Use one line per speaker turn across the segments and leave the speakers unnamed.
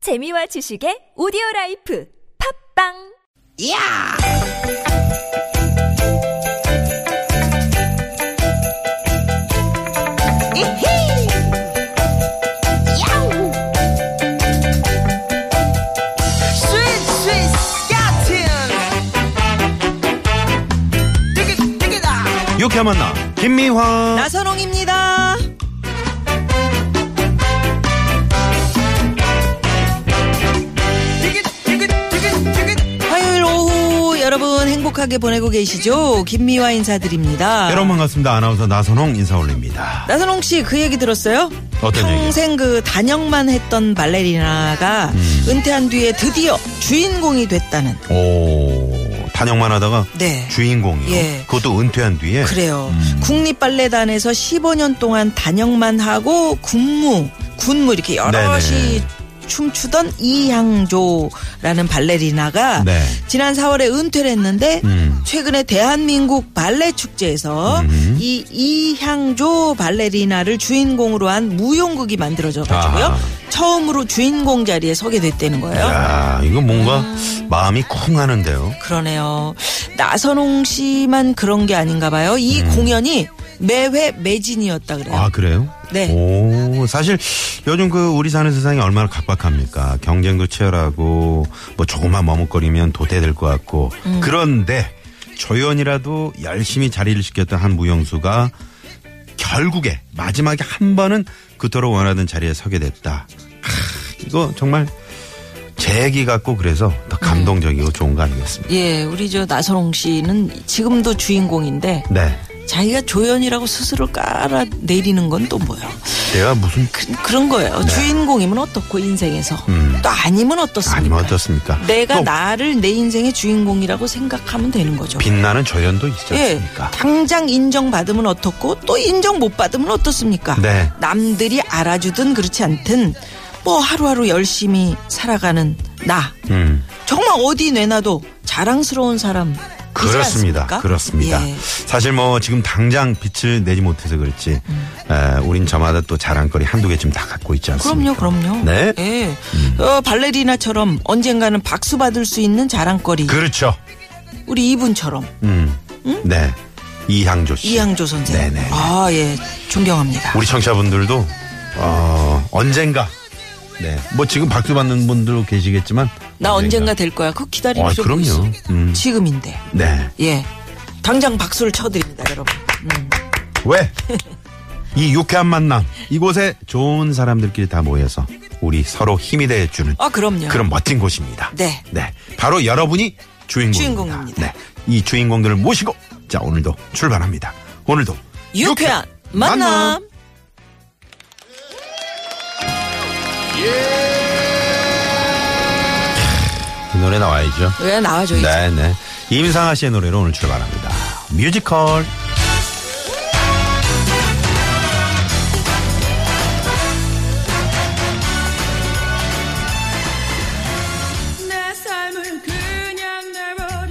재미와 지식의 오디오 라이프 팝빵!
야! 이히! 야우! 스윗 스윗 같은 되게 되게다
유쾌한 만나 김미화
나선홍입니다. 되게 되게 되게 되게
화요일 오후 여러분 행복하게 보내고 계시죠? 김미화 인사드립니다.
여러분 반갑습니다 아나운서 나선홍 인사 올립니다
나선홍 씨 그 얘기 들었어요?
어떤 얘기요?
평생 그 단역만 했던 발레리나가
음.
은퇴한 뒤에 드디어 주인공이 됐다는.
오 단역만 하다가
네.
주인공이요
예.
그것도 은퇴한 뒤에
그래요.
음.
국립발레단에서 15년 동안 단역만 하고 군무, 군무 이렇게 여럿이
네네.
춤추던 이향조라는 발레리나가
네.
지난 4월에 은퇴를 했는데
음.
최근에 대한민국 발레 축제에서
음흠.
이 이향조 발레리나를 주인공으로 한 무용극이 만들어져 가지고요.
아하.
처음으로 주인공 자리에 서게 됐다는 거예요.
야 이거 뭔가 마음이 쿵 하는데요
그러네요. 나선홍 씨만 그런 게 아닌가 봐요. 이 공연이 매회 매진이었다 그래요.
네. 아 그래요?
네.
오 사실 요즘 그 우리 사는 세상이 얼마나 각박합니까 경쟁도 치열하고 뭐 조금만 머뭇거리면 도태될 것 같고
음.
그런데 조연이라도 열심히 자리를 지켰던 한 무용수가 결국에 마지막에 한 번은 그토록 원하던 자리에 서게 됐다. 크, 이거 정말 제 얘기 같고 그래서 더
네.
감동적이고 좋은 거 아니겠습니까?
예, 우리 저 나선홍 씨는 지금도 주인공인데
네.
자기가 조연이라고 스스로 깔아 내리는 건 또 뭐야?
내가 무슨
그, 런 거예요. 주인공이면 어떻고 인생에서
네. 음.
또 아니면 어떻습니까?
아니면 어떻습니까?
내가
또
나를 내 인생의 주인공이라고 생각하면 되는 거죠.
빛나는 조연도
예.
있지 않습니까?
당장 인정받으면 어떻고 또 인정 못 받으면 어떻습니까?
네.
남들이 알아주든 그렇지 않든 뭐 하루하루 열심히 살아가는 나
음.
정말 어디 내놔도 자랑스러운 사람 예.
그렇습니다. 그렇습니다. 사실 뭐 지금 당장 빛을 내지 못해서 그렇지.
음.
에, 우린 저마다 또 자랑거리 한두 개쯤 다 갖고 있지 않습니까?
그럼요, 그럼요.
네.
예. 어, 발레리나처럼 언젠가는 박수 받을 수 있는 자랑거리.
그렇죠.
우리 이분처럼
음. 네. 이향조 씨.
이양조 선생.
네네.
아, 예. 존경합니다.
우리 청취자분들도 어, 언젠가 네. 뭐 지금 박수 받는 분들도 계시겠지만
나 언젠가 될 거야. 그거 기다리고
아,
있어.
그럼요. 음.
지금인데.
네.
예. 당장 박수를 쳐드립니다, 여러분. 음.
왜? 이 유쾌한 만남 이곳에 좋은 사람들끼리 다 모여서 우리 서로 힘이 돼 주는
아, 그럼요.
그런 멋진 곳입니다.
네.
바로 여러분이 주인공입니다.
주인공입니다.
네. 이 주인공들을 모시고 자, 오늘도 출발합니다. 오늘도
유쾌한 만남.
그 노래 나와야죠.
왜 나와줘, 이제.
네, 네. 임상아 씨의 노래로 오늘 출발합니다. 뮤지컬.
내 삶을 그냥 내버려둬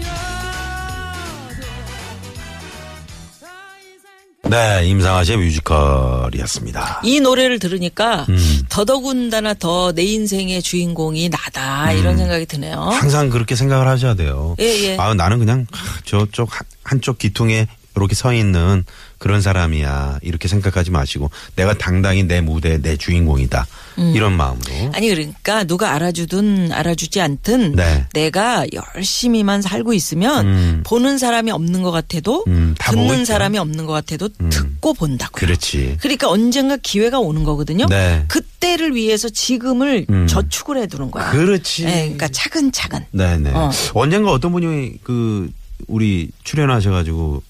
더 이상 그
네, 임상아 씨의 뮤지컬이었습니다.
이 노래를 들으니까
음.
더더군다나 더 내 인생의 주인공이 나다 이런 생각이 드네요.
음. 항상 그렇게 생각을 하셔야 돼요.
어? 예, 예.
아, 나는 그냥 하, 저쪽 한- 한쪽 기퉁에 이렇게 서 있는 그런 사람이야. 이렇게 생각하지 마시고 내가 당당히 내 무대의 내 주인공이다. 이런 마음으로.
아니 그러니까 누가 알아주든 알아주지 않든
네.
내가 열심히만 살고 있으면 보는 사람이 없는 것 같아도
음, 다 보고
듣는
있죠. 음.
사람이 없는 것 같아도 듣고 본다고.
그렇지.
그러니까 언젠가 기회가 오는 거거든요.
네. 음.
그때를 위해서 지금을 저축을 해두는 거야.
그렇지.
예, 그러니까 차근차근.
네네.
어.
언젠가 어떤 분이 그 우리 출연하셔가지고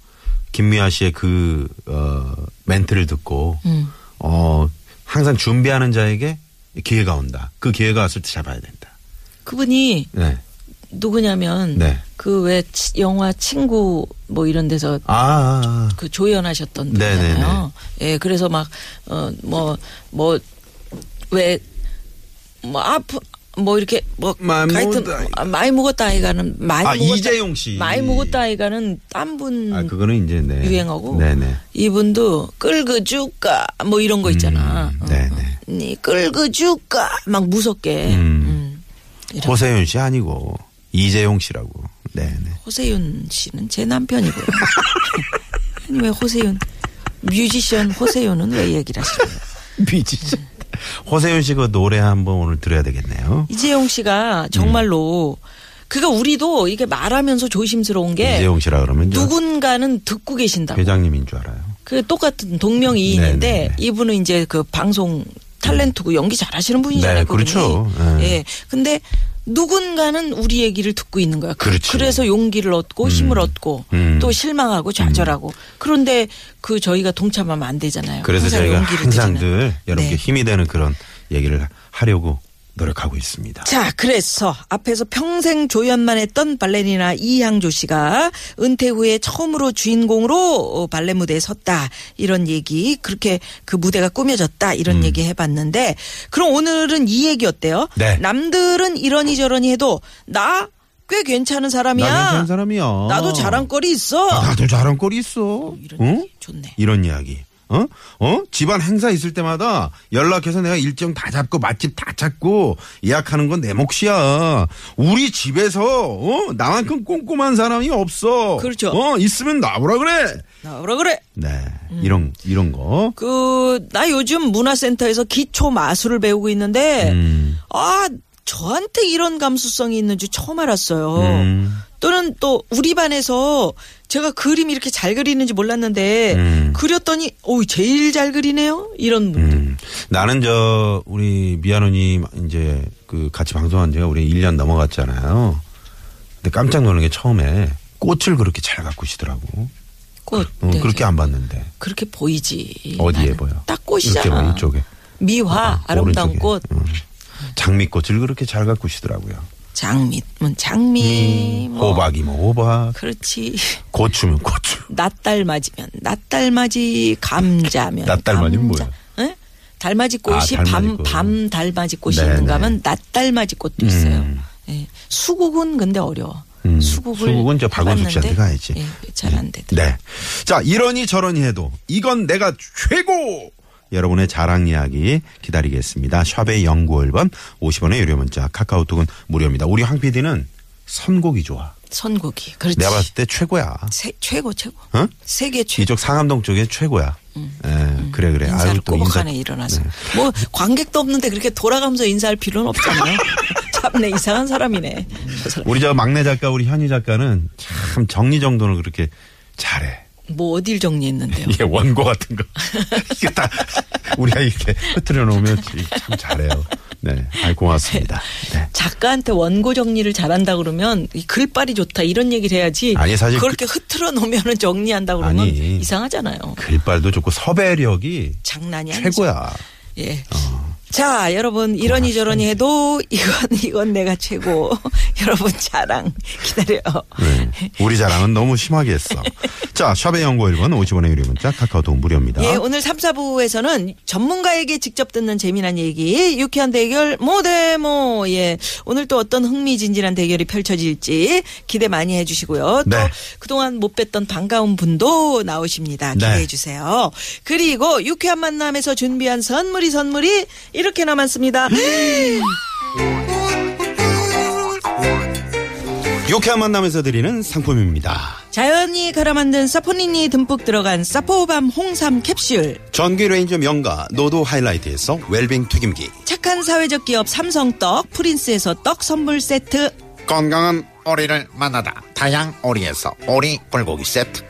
김미아 씨의 그 어, 멘트를 듣고
음.
어 항상 준비하는 자에게 기회가 온다. 그 기회가 왔을 때 잡아야 된다.
그분이
네.
누구냐면
네.
그 왜 영화 친구 뭐 이런 데서
아, 아, 아.
그 조연하셨던
네네네.
분이잖아요. 예, 그래서 어, 뭐, 막어뭐뭐뭐왜뭐 아프 뭐 이렇게 뭐
많이 묵었다
아, 많이 묵었다 아이가는 많이
아,
묵었다
이재용 씨.
많이 묵었다 아이가는 딴 분
아, 그거는 이제 네.
음. 유행하고
네네.
이분도 끌고 줄까 뭐 이런 거 있잖아.
음, 네네.
니 끌고 줄까 막 무섭게.
음.
이런
호세윤 씨 아니고 이재용 씨라고. 네네.
호세윤 씨는 제 남편이고요. 아니 왜 호세윤 뮤지션 호세윤은 왜 얘기를 하시나요?
미지죠. 호세윤 씨 그 노래 한번 오늘 들어야 되겠네요.
이재용 씨가 정말로 그거 우리도 이게 말하면서 조심스러운 게
이재용 씨라 그러면 저
예. 누군가는 듣고 계신다고.
회장님인 줄 알아요.
그 똑같은 동명이인인데
네, 네, 네.
이분은 이제 그 방송 탤런트고 연기 잘하시는 분이잖아요.
네,
그분이.
그렇죠. 네.
예. 근데 누군가는 우리 얘기를 듣고 있는 거야. 그-
그렇지.
그래서 용기를 얻고 힘을 얻고
음.
또 실망하고 좌절하고 그런데 그 저희가 동참하면 안 되잖아요.
그래서
항상
저희가
용기를
항상
드리는.
늘 여러분께
네.
힘이 되는 그런 얘기를 하려고 노력하고 있습니다.
자, 그래서 앞에서 평생 조연만 했던 발레리나 이향조 씨가 은퇴 후에 처음으로 주인공으로 어, 발레 무대에 섰다. 이런 얘기, 그렇게 그 무대가 꾸며졌다. 이런
음.
얘기 해봤는데, 그럼 오늘은 이 얘기 어때요?
네.
남들은 이러니 저러니 해도 나 꽤 괜찮은 사람이야.
나 괜찮은 사람이야.
나도 자랑거리 있어.
아, 다들 자랑거리 있어.
이런
응?
얘기 좋네.
이런 이야기. 어? 어? 집안 행사 있을 때마다 연락해서 내가 일정 다 잡고 맛집 다 찾고 예약하는 건 내 몫이야. 우리 집에서 어? 나만큼 꼼꼼한 사람이 없어.
그렇죠.
어, 있으면 나오라 그래.
나 뭐라 그래?
네.
음.
이런 이런 거.
그, 나 요즘 문화센터에서 기초 마술을 배우고 있는데,
음.
아, 저한테 이런 감수성이 있는지 처음 알았어요.
음.
또는 또 우리 반에서 제가 그림 이렇게 잘 그리는지 몰랐는데
음.
그렸더니 오 제일 잘 그리네요 이런 분들
음. 나는 저 우리 미아노님 이제 그 같이 방송한 지가 우리 1년 넘어갔잖아요. 근데 깜짝 놀란 게 처음에 꽃을 그렇게 잘 가꾸시더라고.
꽃
어,
네,
그렇게 안 봤는데.
그렇게 보이지
어디에
나는.
보여?
딱
이렇게
꽃이잖아
보여, 이쪽에.
미화 뭐 아름다운
오른쪽에.
꽃
음. 장미꽃을 그렇게 잘 가꾸시더라고요.
장미 뭐 장미
음.
뭐
호박이면 호박,
그렇지
고추면 고추.
낯달 맞으면 낯달 맞이 감자면
낯달 맞이면
감자.
뭐야?
예? 달맞이
아,
꽃이
달맞이
밤,
꽃.
밤 달맞이 꽃이
네,
있는가
네.
하면 낯달맞이 꽃도 있어요. 예. 수국은 근데 어려워.
음,
수국을
수국은 저 박원숙 씨한테
해봤는데,
가야지.
예, 잘안 되더라.
네. 자, 이러니 저러니 해도 이건 내가 최고! 여러분의 자랑 이야기 기다리겠습니다. 샵의 0951번 50원의 유료 문자 카카오톡은 무료입니다. 우리 황 PD는 선곡이 좋아.
선곡이. 그렇지.
내가 봤을 때 최고야.
세- 최고 최고.
어?
세계 최고.
이쪽 상암동 쪽에 최고야. 예, 그래 그래.
음. 인사를
아유, 또 인사-
꼬박하네 일어나서. 뭐 관객도 없는데 그렇게 돌아가면서 인사할 필요는 없잖아요. 참내 이상한 사람이네. 저 사람.
우리 저 막내 작가 우리 현희 작가는 참 정리정돈을 그렇게 잘해.
뭐 어딜 정리했는데요.
이게 원고 같은 거. 이게 다 우리가 이렇게 흐트려 놓으면 참 잘해요. 네. 아이 고맙습니다. 네.
작가한테 원고 정리를 잘한다 그러면 이 글빨이 좋다 이런 얘기를 해야지.
아니, 예, 사실
그렇게 흐트러 놓으면은 정리한다 그러면
아니.
이상하잖아요.
글발도 좋고 섭외력이
장난이 아니죠.
최고야. 어.
예. 자, 여러분 이러니 저러니 해도 이건 이건 내가 최고. 여러분 자랑 기다려.
네. 우리 자랑은 너무 심하게 했어. 자, 샵의 연구 1번 50원의 유료 문자 카카오톡 무료입니다.
예, 오늘 3, 4부에서는 전문가에게 직접 듣는 재미난 얘기, 유쾌한 대결, 모대모. 예. 오늘 또 어떤 흥미진진한 대결이 펼쳐질지 기대 많이 해주시고요. 또
네.
그동안 못 뵀던 반가운 분도 나오십니다.
네.
기대해주세요. 그리고 유쾌한 만남에서 준비한 선물이 선물이 이렇게 남았습니다.
음. 유쾌한 만남에서 드리는 상품입니다.
자연이 갈아 만든 사포닌이 듬뿍 들어간 사포밤 홍삼 캡슐.
전기 레인저 명가 노도 하이라이트에서 웰빙 튀김기.
착한 사회적 기업 삼성떡 프린스에서 떡 선물 세트.
건강한 오리를 만나다 다양 오리에서 오리 불고기 세트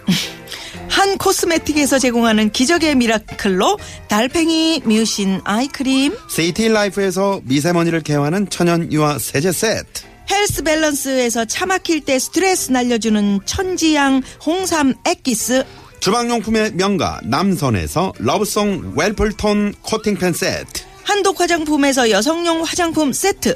한 코스메틱에서 제공하는 기적의 미라클로 달팽이 뮤신 아이크림
세이티 라이프에서 미세먼지를 개화하는 천연 유화 세제 세트.
헬스 밸런스에서 차 막힐 때 스트레스 날려주는 천지향 홍삼 액기스
주방용품의 명가 남선에서 러브송 웰플톤 코팅팬 세트
한독 화장품에서 여성용 화장품 세트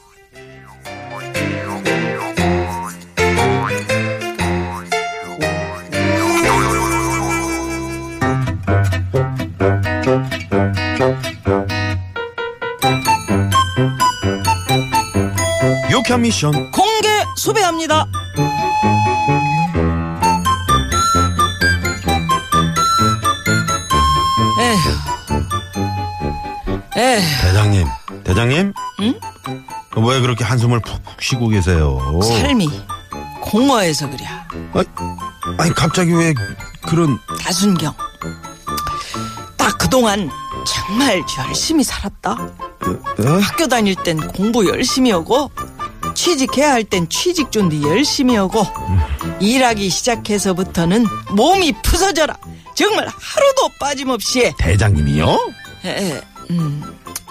유쾌한 미션.
공개 수배합니다. 에휴. 에휴.
대장님, 대장님? 응? 왜 그렇게 한숨을 푹푹 쉬고 계세요?
삶이 공허해서 그래.
아니, 아니, 갑자기 왜 그런
다순경. 딱 그동안 정말 열심히 살았다.
어?
학교 다닐 땐 공부 열심히 하고 취직해야 할 땐 취직 준비 열심히 하고 일하기 시작해서부터는 몸이 부서져라. 정말 하루도 빠짐없이
대장님이요?
에, 음,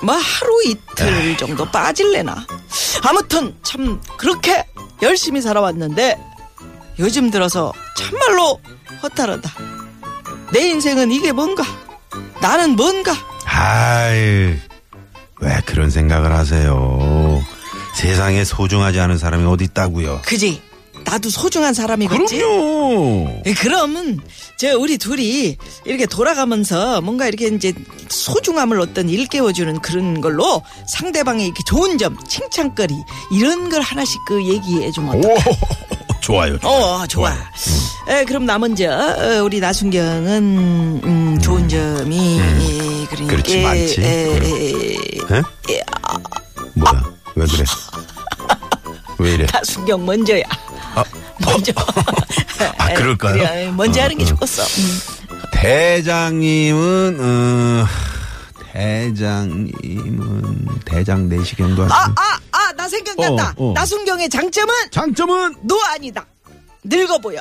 뭐 하루 이틀 정도 빠질래나. 아무튼 참 그렇게 열심히 살아왔는데 요즘 들어서 참말로 허탈하다. 내 인생은 이게 뭔가? 나는 뭔가?
아이, 왜 그런 생각을 하세요? 세상에 소중하지 않은 사람이 어디 있다고요?
그지? 나도 소중한 사람이겠지?
그럼요.
예, 그러면 저 우리 둘이 이렇게 돌아가면서 뭔가 이렇게 이제 소중함을 어떤 일깨워주는 그런 걸로 상대방의 이렇게 좋은 점, 칭찬거리 이런 걸 하나씩 그 얘기해 주면 어떨까?
오, 좋아요. 음.
어, 좋아. 에, 그럼 나 먼저 어, 우리 나순경은 음, 좋은 점이 예, 그러니까
음. 그렇지, 많지.
에,
그럼.
에,
예? 뭐야? 왜 그래? 왜 이래?
나순경 먼저야. 먼저.
아,
에,
그럴까요?
그래, 예, 먼저 하는 게 좋겠어. 음.
대장님은 어, 대장님은 대장 내시경도 하시고
아, 아, 아, 나 생각났다.
어, 어.
나순경의 장점은
장점은
노안이다. 늙어 보여.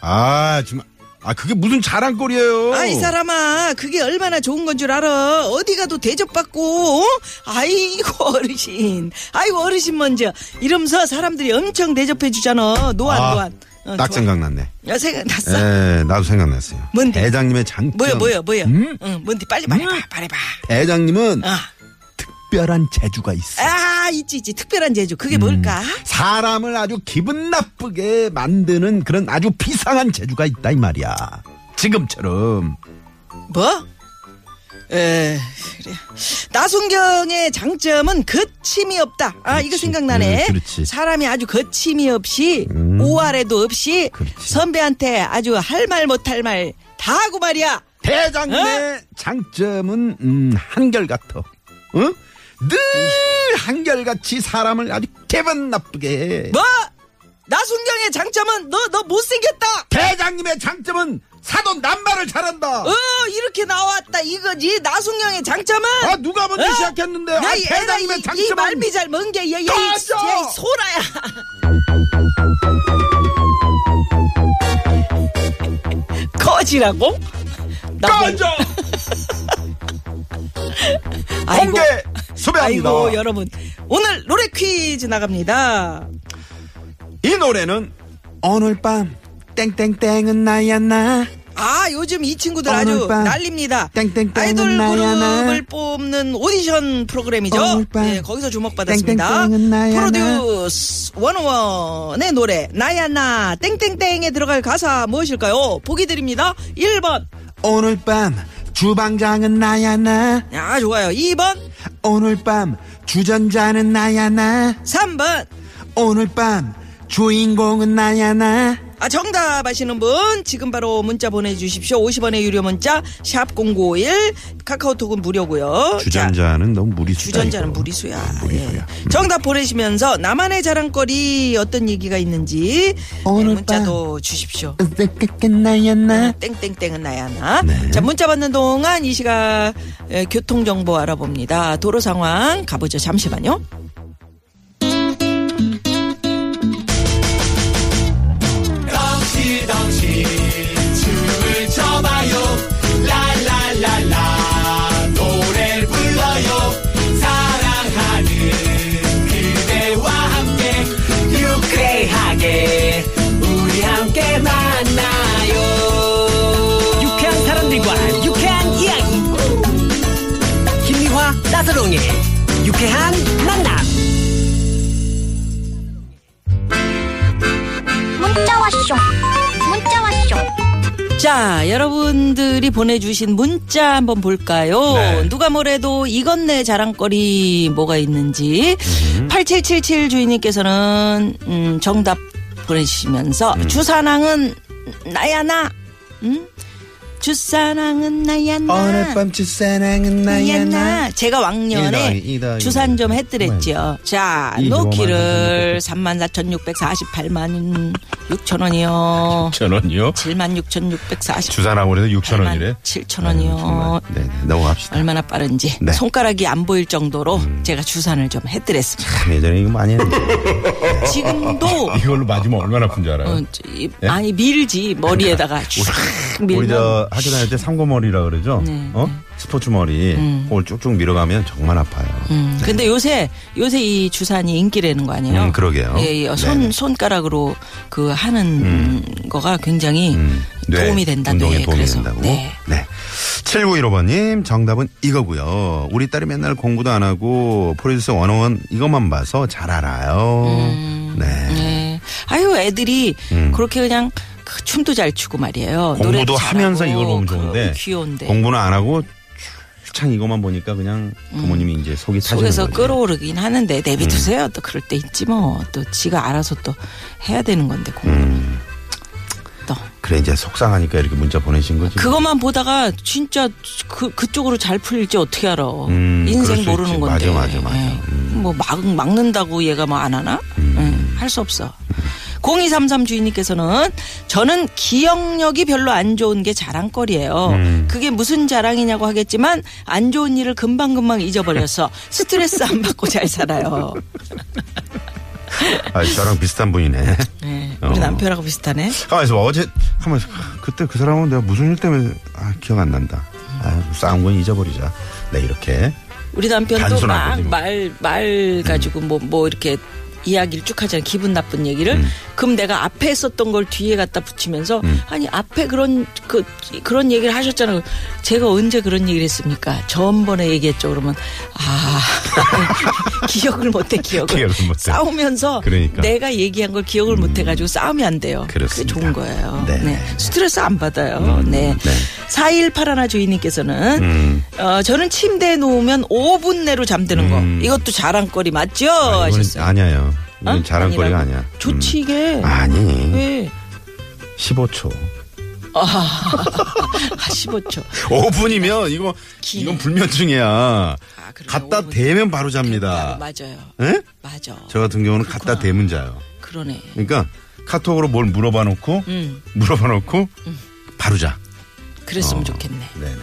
아 정말 아 그게 무슨 자랑거리예요?
아이 사람아, 그게 얼마나 좋은 건 줄 알아. 어디 가도 대접받고, 어? 아이고 어르신, 아이고 어르신 먼저 이러면서 사람들이 엄청 대접해 주잖아. 노안
아,
노안. 어,
딱
좋아.
생각났네. 예.
야, 생각났어.
에 나도 생각났어요.
뭔데?
대장님의 장점
뭐야 뭐야 뭐야.
음?
응, 뭔데 빨리 말해봐,
음?
말해봐.
대장님은
아,
특별한 재주가 있어. 요
아, 있지 있지. 특별한 재주. 그게 뭘까?
사람을 아주 기분 나쁘게 만드는 그런 아주 비상한 재주가 있다 이 말이야. 지금처럼
뭐? 에 그래. 나순경의 장점은 그 거침이 없다. 아 이거 생각나네.
음, 그렇지. 음.
사람이 아주 거침이 없이 오아래도 없이
그렇지.
선배한테 아주 할 말 못 할 말 다 하고 말이야. 어?
대장님의 장점은 음, 한결같어. 응? 늘 한결같이 사람을 아주 기분 나쁘게 해.
뭐? 나순경의 장점은 너 너 못생겼다.
대장님의 장점은 사돈 남발을 잘한다.
어 이렇게 나왔다 이거지. 나순경의 장점은
아 누가 먼저
어?
시작했는데
야,
아,
이 애가
대장님의
이- 이
장점은
말미 잘 멍게 얘, 얘, 이
꺼져!
진짜 이 소라야. 꺼지라고? 나 뭐-
꺼져
아이고,
공개 수배합니다.
아이고 여러분 오늘 노래 퀴즈 나갑니다.
이 노래는 오늘 밤 땡땡땡은 나야 나
아 요즘 이 친구들 아주
오늘 밤
난립니다.
땡땡땡은
아이돌
나야 나.
그룹을 뽑는 오디션 프로그램이죠.
오늘 밤
네, 거기서 주목받았습니다.
땡땡땡은 나야 나.
프로듀스 101의 노래 나야나 땡땡땡에 들어갈 가사 무엇일까요? 보기 드립니다. 1번
오늘 밤 주방장은 나야 나
아 좋아요. 2번
오늘 밤 주전자는 나야 나
3번
오늘 밤 주인공은 나야 나
아 정답 아시는 분 지금 바로 문자 보내주십시오. 50원의 유료 문자 샵 051 카카오톡은 무료고요. 자,
주전자는 너무 무리수다
어, 주전자는
이거.
무리수야.
아, 무리수야. 음.
예. 정답 보내시면서 나만의 자랑거리 어떤 얘기가 있는지
오늘
예, 문자도 주십시오.
나야 나
땡땡땡은 나야나.
네.
자 문자 받는 동안 이 시각 예, 교통 정보 알아봅니다. 도로 상황 가보죠. 잠시만요.
유쾌한 사람들과 유쾌한 이야기 김미화 나서롱의 유쾌한 만남
문자 왔쇼 문자 왔쇼
자, 여러분들이 보내주신 문자 한번 볼까요?
네.
누가 뭐래도 이건 내 자랑거리 뭐가 있는지.
음.
8777 주인님께서는, 음, 정답 보내주시면서,
음.
주사랑은 나야 나. 음? 주사랑은 나야 나.
주사랑은
나야 나. 제가
이 더하기
왕년에
이 더하기
주산 좀
이.
했더랬죠. 자,
이
노키를 34,648만 6천 원이요.
천 원이요?
76,640.
주사라고 해서 6천
아,
원이래.
7천 원이요.
네, 네, 넘어갑시다.
얼마나 빠른지
네. 음.
손가락이 안 보일 정도로 제가 주산을 좀 해드렸습니다.
참 예전에 이거 많이 했는데. 어.
지금도
이걸로 맞으면 얼마나 아픈 줄 알아요?
어, 저, 이-
예?
많이 밀지 머리에다가 쫙
우리
밀면
저 학교 다닐 때 삼고머리라 그러죠?
네.
어? 스포츠 머리. 그걸 쭉쭉 밀어가면 정말 아파요.
음, 근데 요새 요새 이 주산이 인기라는 거 아니에요?
음, 그러게요.
예, 예, 손
네네.
손가락으로 그 하는 거가 굉장히
음, 뇌
도움이 된다.
운동에
뇌에.
도움이
그래서,
된다고.
네.
네. 7915번님 정답은 이거고요. 우리 딸이 맨날 공부도 안 하고 프로듀서 101 이것만 봐서 잘 알아요. 네.
네. 아유 애들이 그렇게 그냥 그 춤도 잘 추고 말이에요. 노래도
음. 공부도
잘하고
하면서 이걸 보면 좋은데
그 귀여운데
공부는 안 하고 출창 이것만 보니까 그냥 부모님이 이제 속이 타지는
음. 속에서
거지. 음.
끓어오르긴 하는데 내비두세요. 또 그럴 때 있지 뭐. 또 지가 알아서 또 해야 되는 건데 공부.
음,
또
그래 이제 속상하니까 이렇게 문자 보내신 거지.
그것만 보다가 진짜 그 그쪽으로 잘 풀릴지 어떻게 알아?
음, 그럴
인생
수
모르는
있지.
건데.
맞아, 음. 맞아, 맞아.
예. 뭐 막, 막는다고 얘가 뭐 안 하나?
음.
예. 할 수 없어. 0233 주인님께서는 저는 기억력이 별로 안 좋은 게 자랑거리예요.
음.
그게 무슨 자랑이냐고 하겠지만 안 좋은 일을 금방금방 잊어버려서 스트레스 안 받고 잘 살아요.
아, 저랑 비슷한 분이네.
네, 우리
어.
남편하고 비슷하네.
가만히 있어 봐. 어제 가만히 있어. 봐. 그때 그 사람은 내가 무슨 일 때문에 아, 기억 안 난다. 아, 싸운 건 잊어버리자. 네 이렇게
우리 남편도
단순한 거지,
막
뭐.
말 말 가지고 뭐 뭐 이렇게 이야기를 쭉 하잖아 기분 나쁜 얘기를
음.
그럼 내가 앞에 했었던 걸 뒤에 갖다 붙이면서 아니 앞에 그런 그 그런 얘기를 하셨잖아요 제가 언제 그런 얘기를 했습니까 전번에 얘기했죠 그러면 아 기억을 못해 기억을,
기억을 못해.
싸우면서
그러니까. 음.
내가 얘기한 걸 기억을 못해 가지고 싸움이 안 돼요 게
그렇습니다.
좋은 거예요
네.
스트레스 안 받아요 네.
네.
4181 주인님께서는
음.
어, 저는 침대에 누우면 5분 내로 잠드는 거 이것도 자랑거리 맞죠?
음.
하셨어요.
아, 아니에요. 이건
어?
자랑거리가
아니라고?
아니야. 음.
좋지 이게.
아니.
왜?
15초.
아, 15초.
5분이면 이거 이건 불면증이야.
아, 그래요?
갖다
5분.
대면 바로 잡니다.
맞아요.
예?
맞아.
저 같은 경우는 갖다 대면 자요.
그러네.
그러니까 카톡으로 뭘 물어봐 놓고
음.
물어봐 놓고 바로 자.
그랬으면
어.
좋겠네.
네네.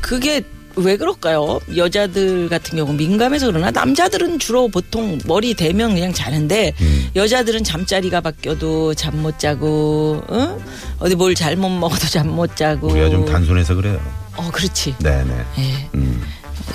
그게 왜 그럴까요? 여자들 같은 경우 민감해서 그러나 남자들은 주로 보통 머리 대면 그냥 자는데
음.
여자들은 잠자리가 바뀌어도 잠 못 자고 어? 어디 뭘 잘못 먹어도 잠 못 자고
우리가 좀 단순해서 그래요.
어 그렇지.
네네.
예.
음.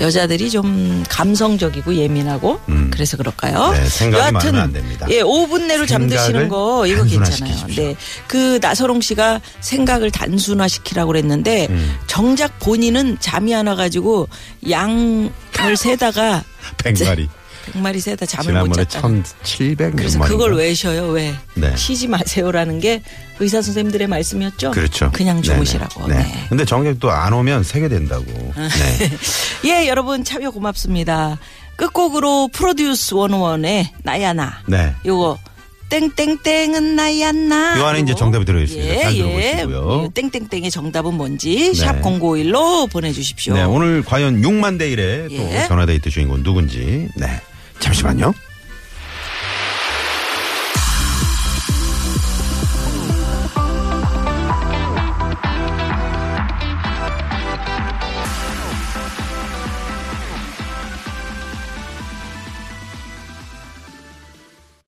여자들이 좀 감성적이고 예민하고 그래서 그럴까요?
음. 네, 생각이 많으면 안 됩니다.
예, 5분 내로 잠드시는
생각을
거 이거 괜찮아요.
단순화시키십시오.
네. 그 나서롱 씨가 생각을 단순화시키라고 그랬는데
음.
정작 본인은 잠이 안 와가지고 양을 세다가
백마리.
백마리 세다 잠을 못
지난번에
잤다.
1,700몇
그래서
마리인가?
그걸 왜 쉬어요? 왜
네.
쉬지 마세요라는 게 의사 선생님들의 말씀이었죠.
그렇죠.
그냥
네네.
주무시라고.
네.
네.
근데 정객도 안 오면 세게 된다고. 네.
예, 여러분 참여 고맙습니다. 끝곡으로 프로듀스 101의 나야나.
네.
요거 땡땡땡은 나야나.
요 안에 이제 정답이 들어있습니다. 잘 들어보시고요.
예, 땡땡땡의 정답은 뭔지
네.
샵 051로 보내주십시오.
네, 오늘 과연 6만 대 1의 또
예.
전화데이트 주인공 누군지. 네. 잠시만요.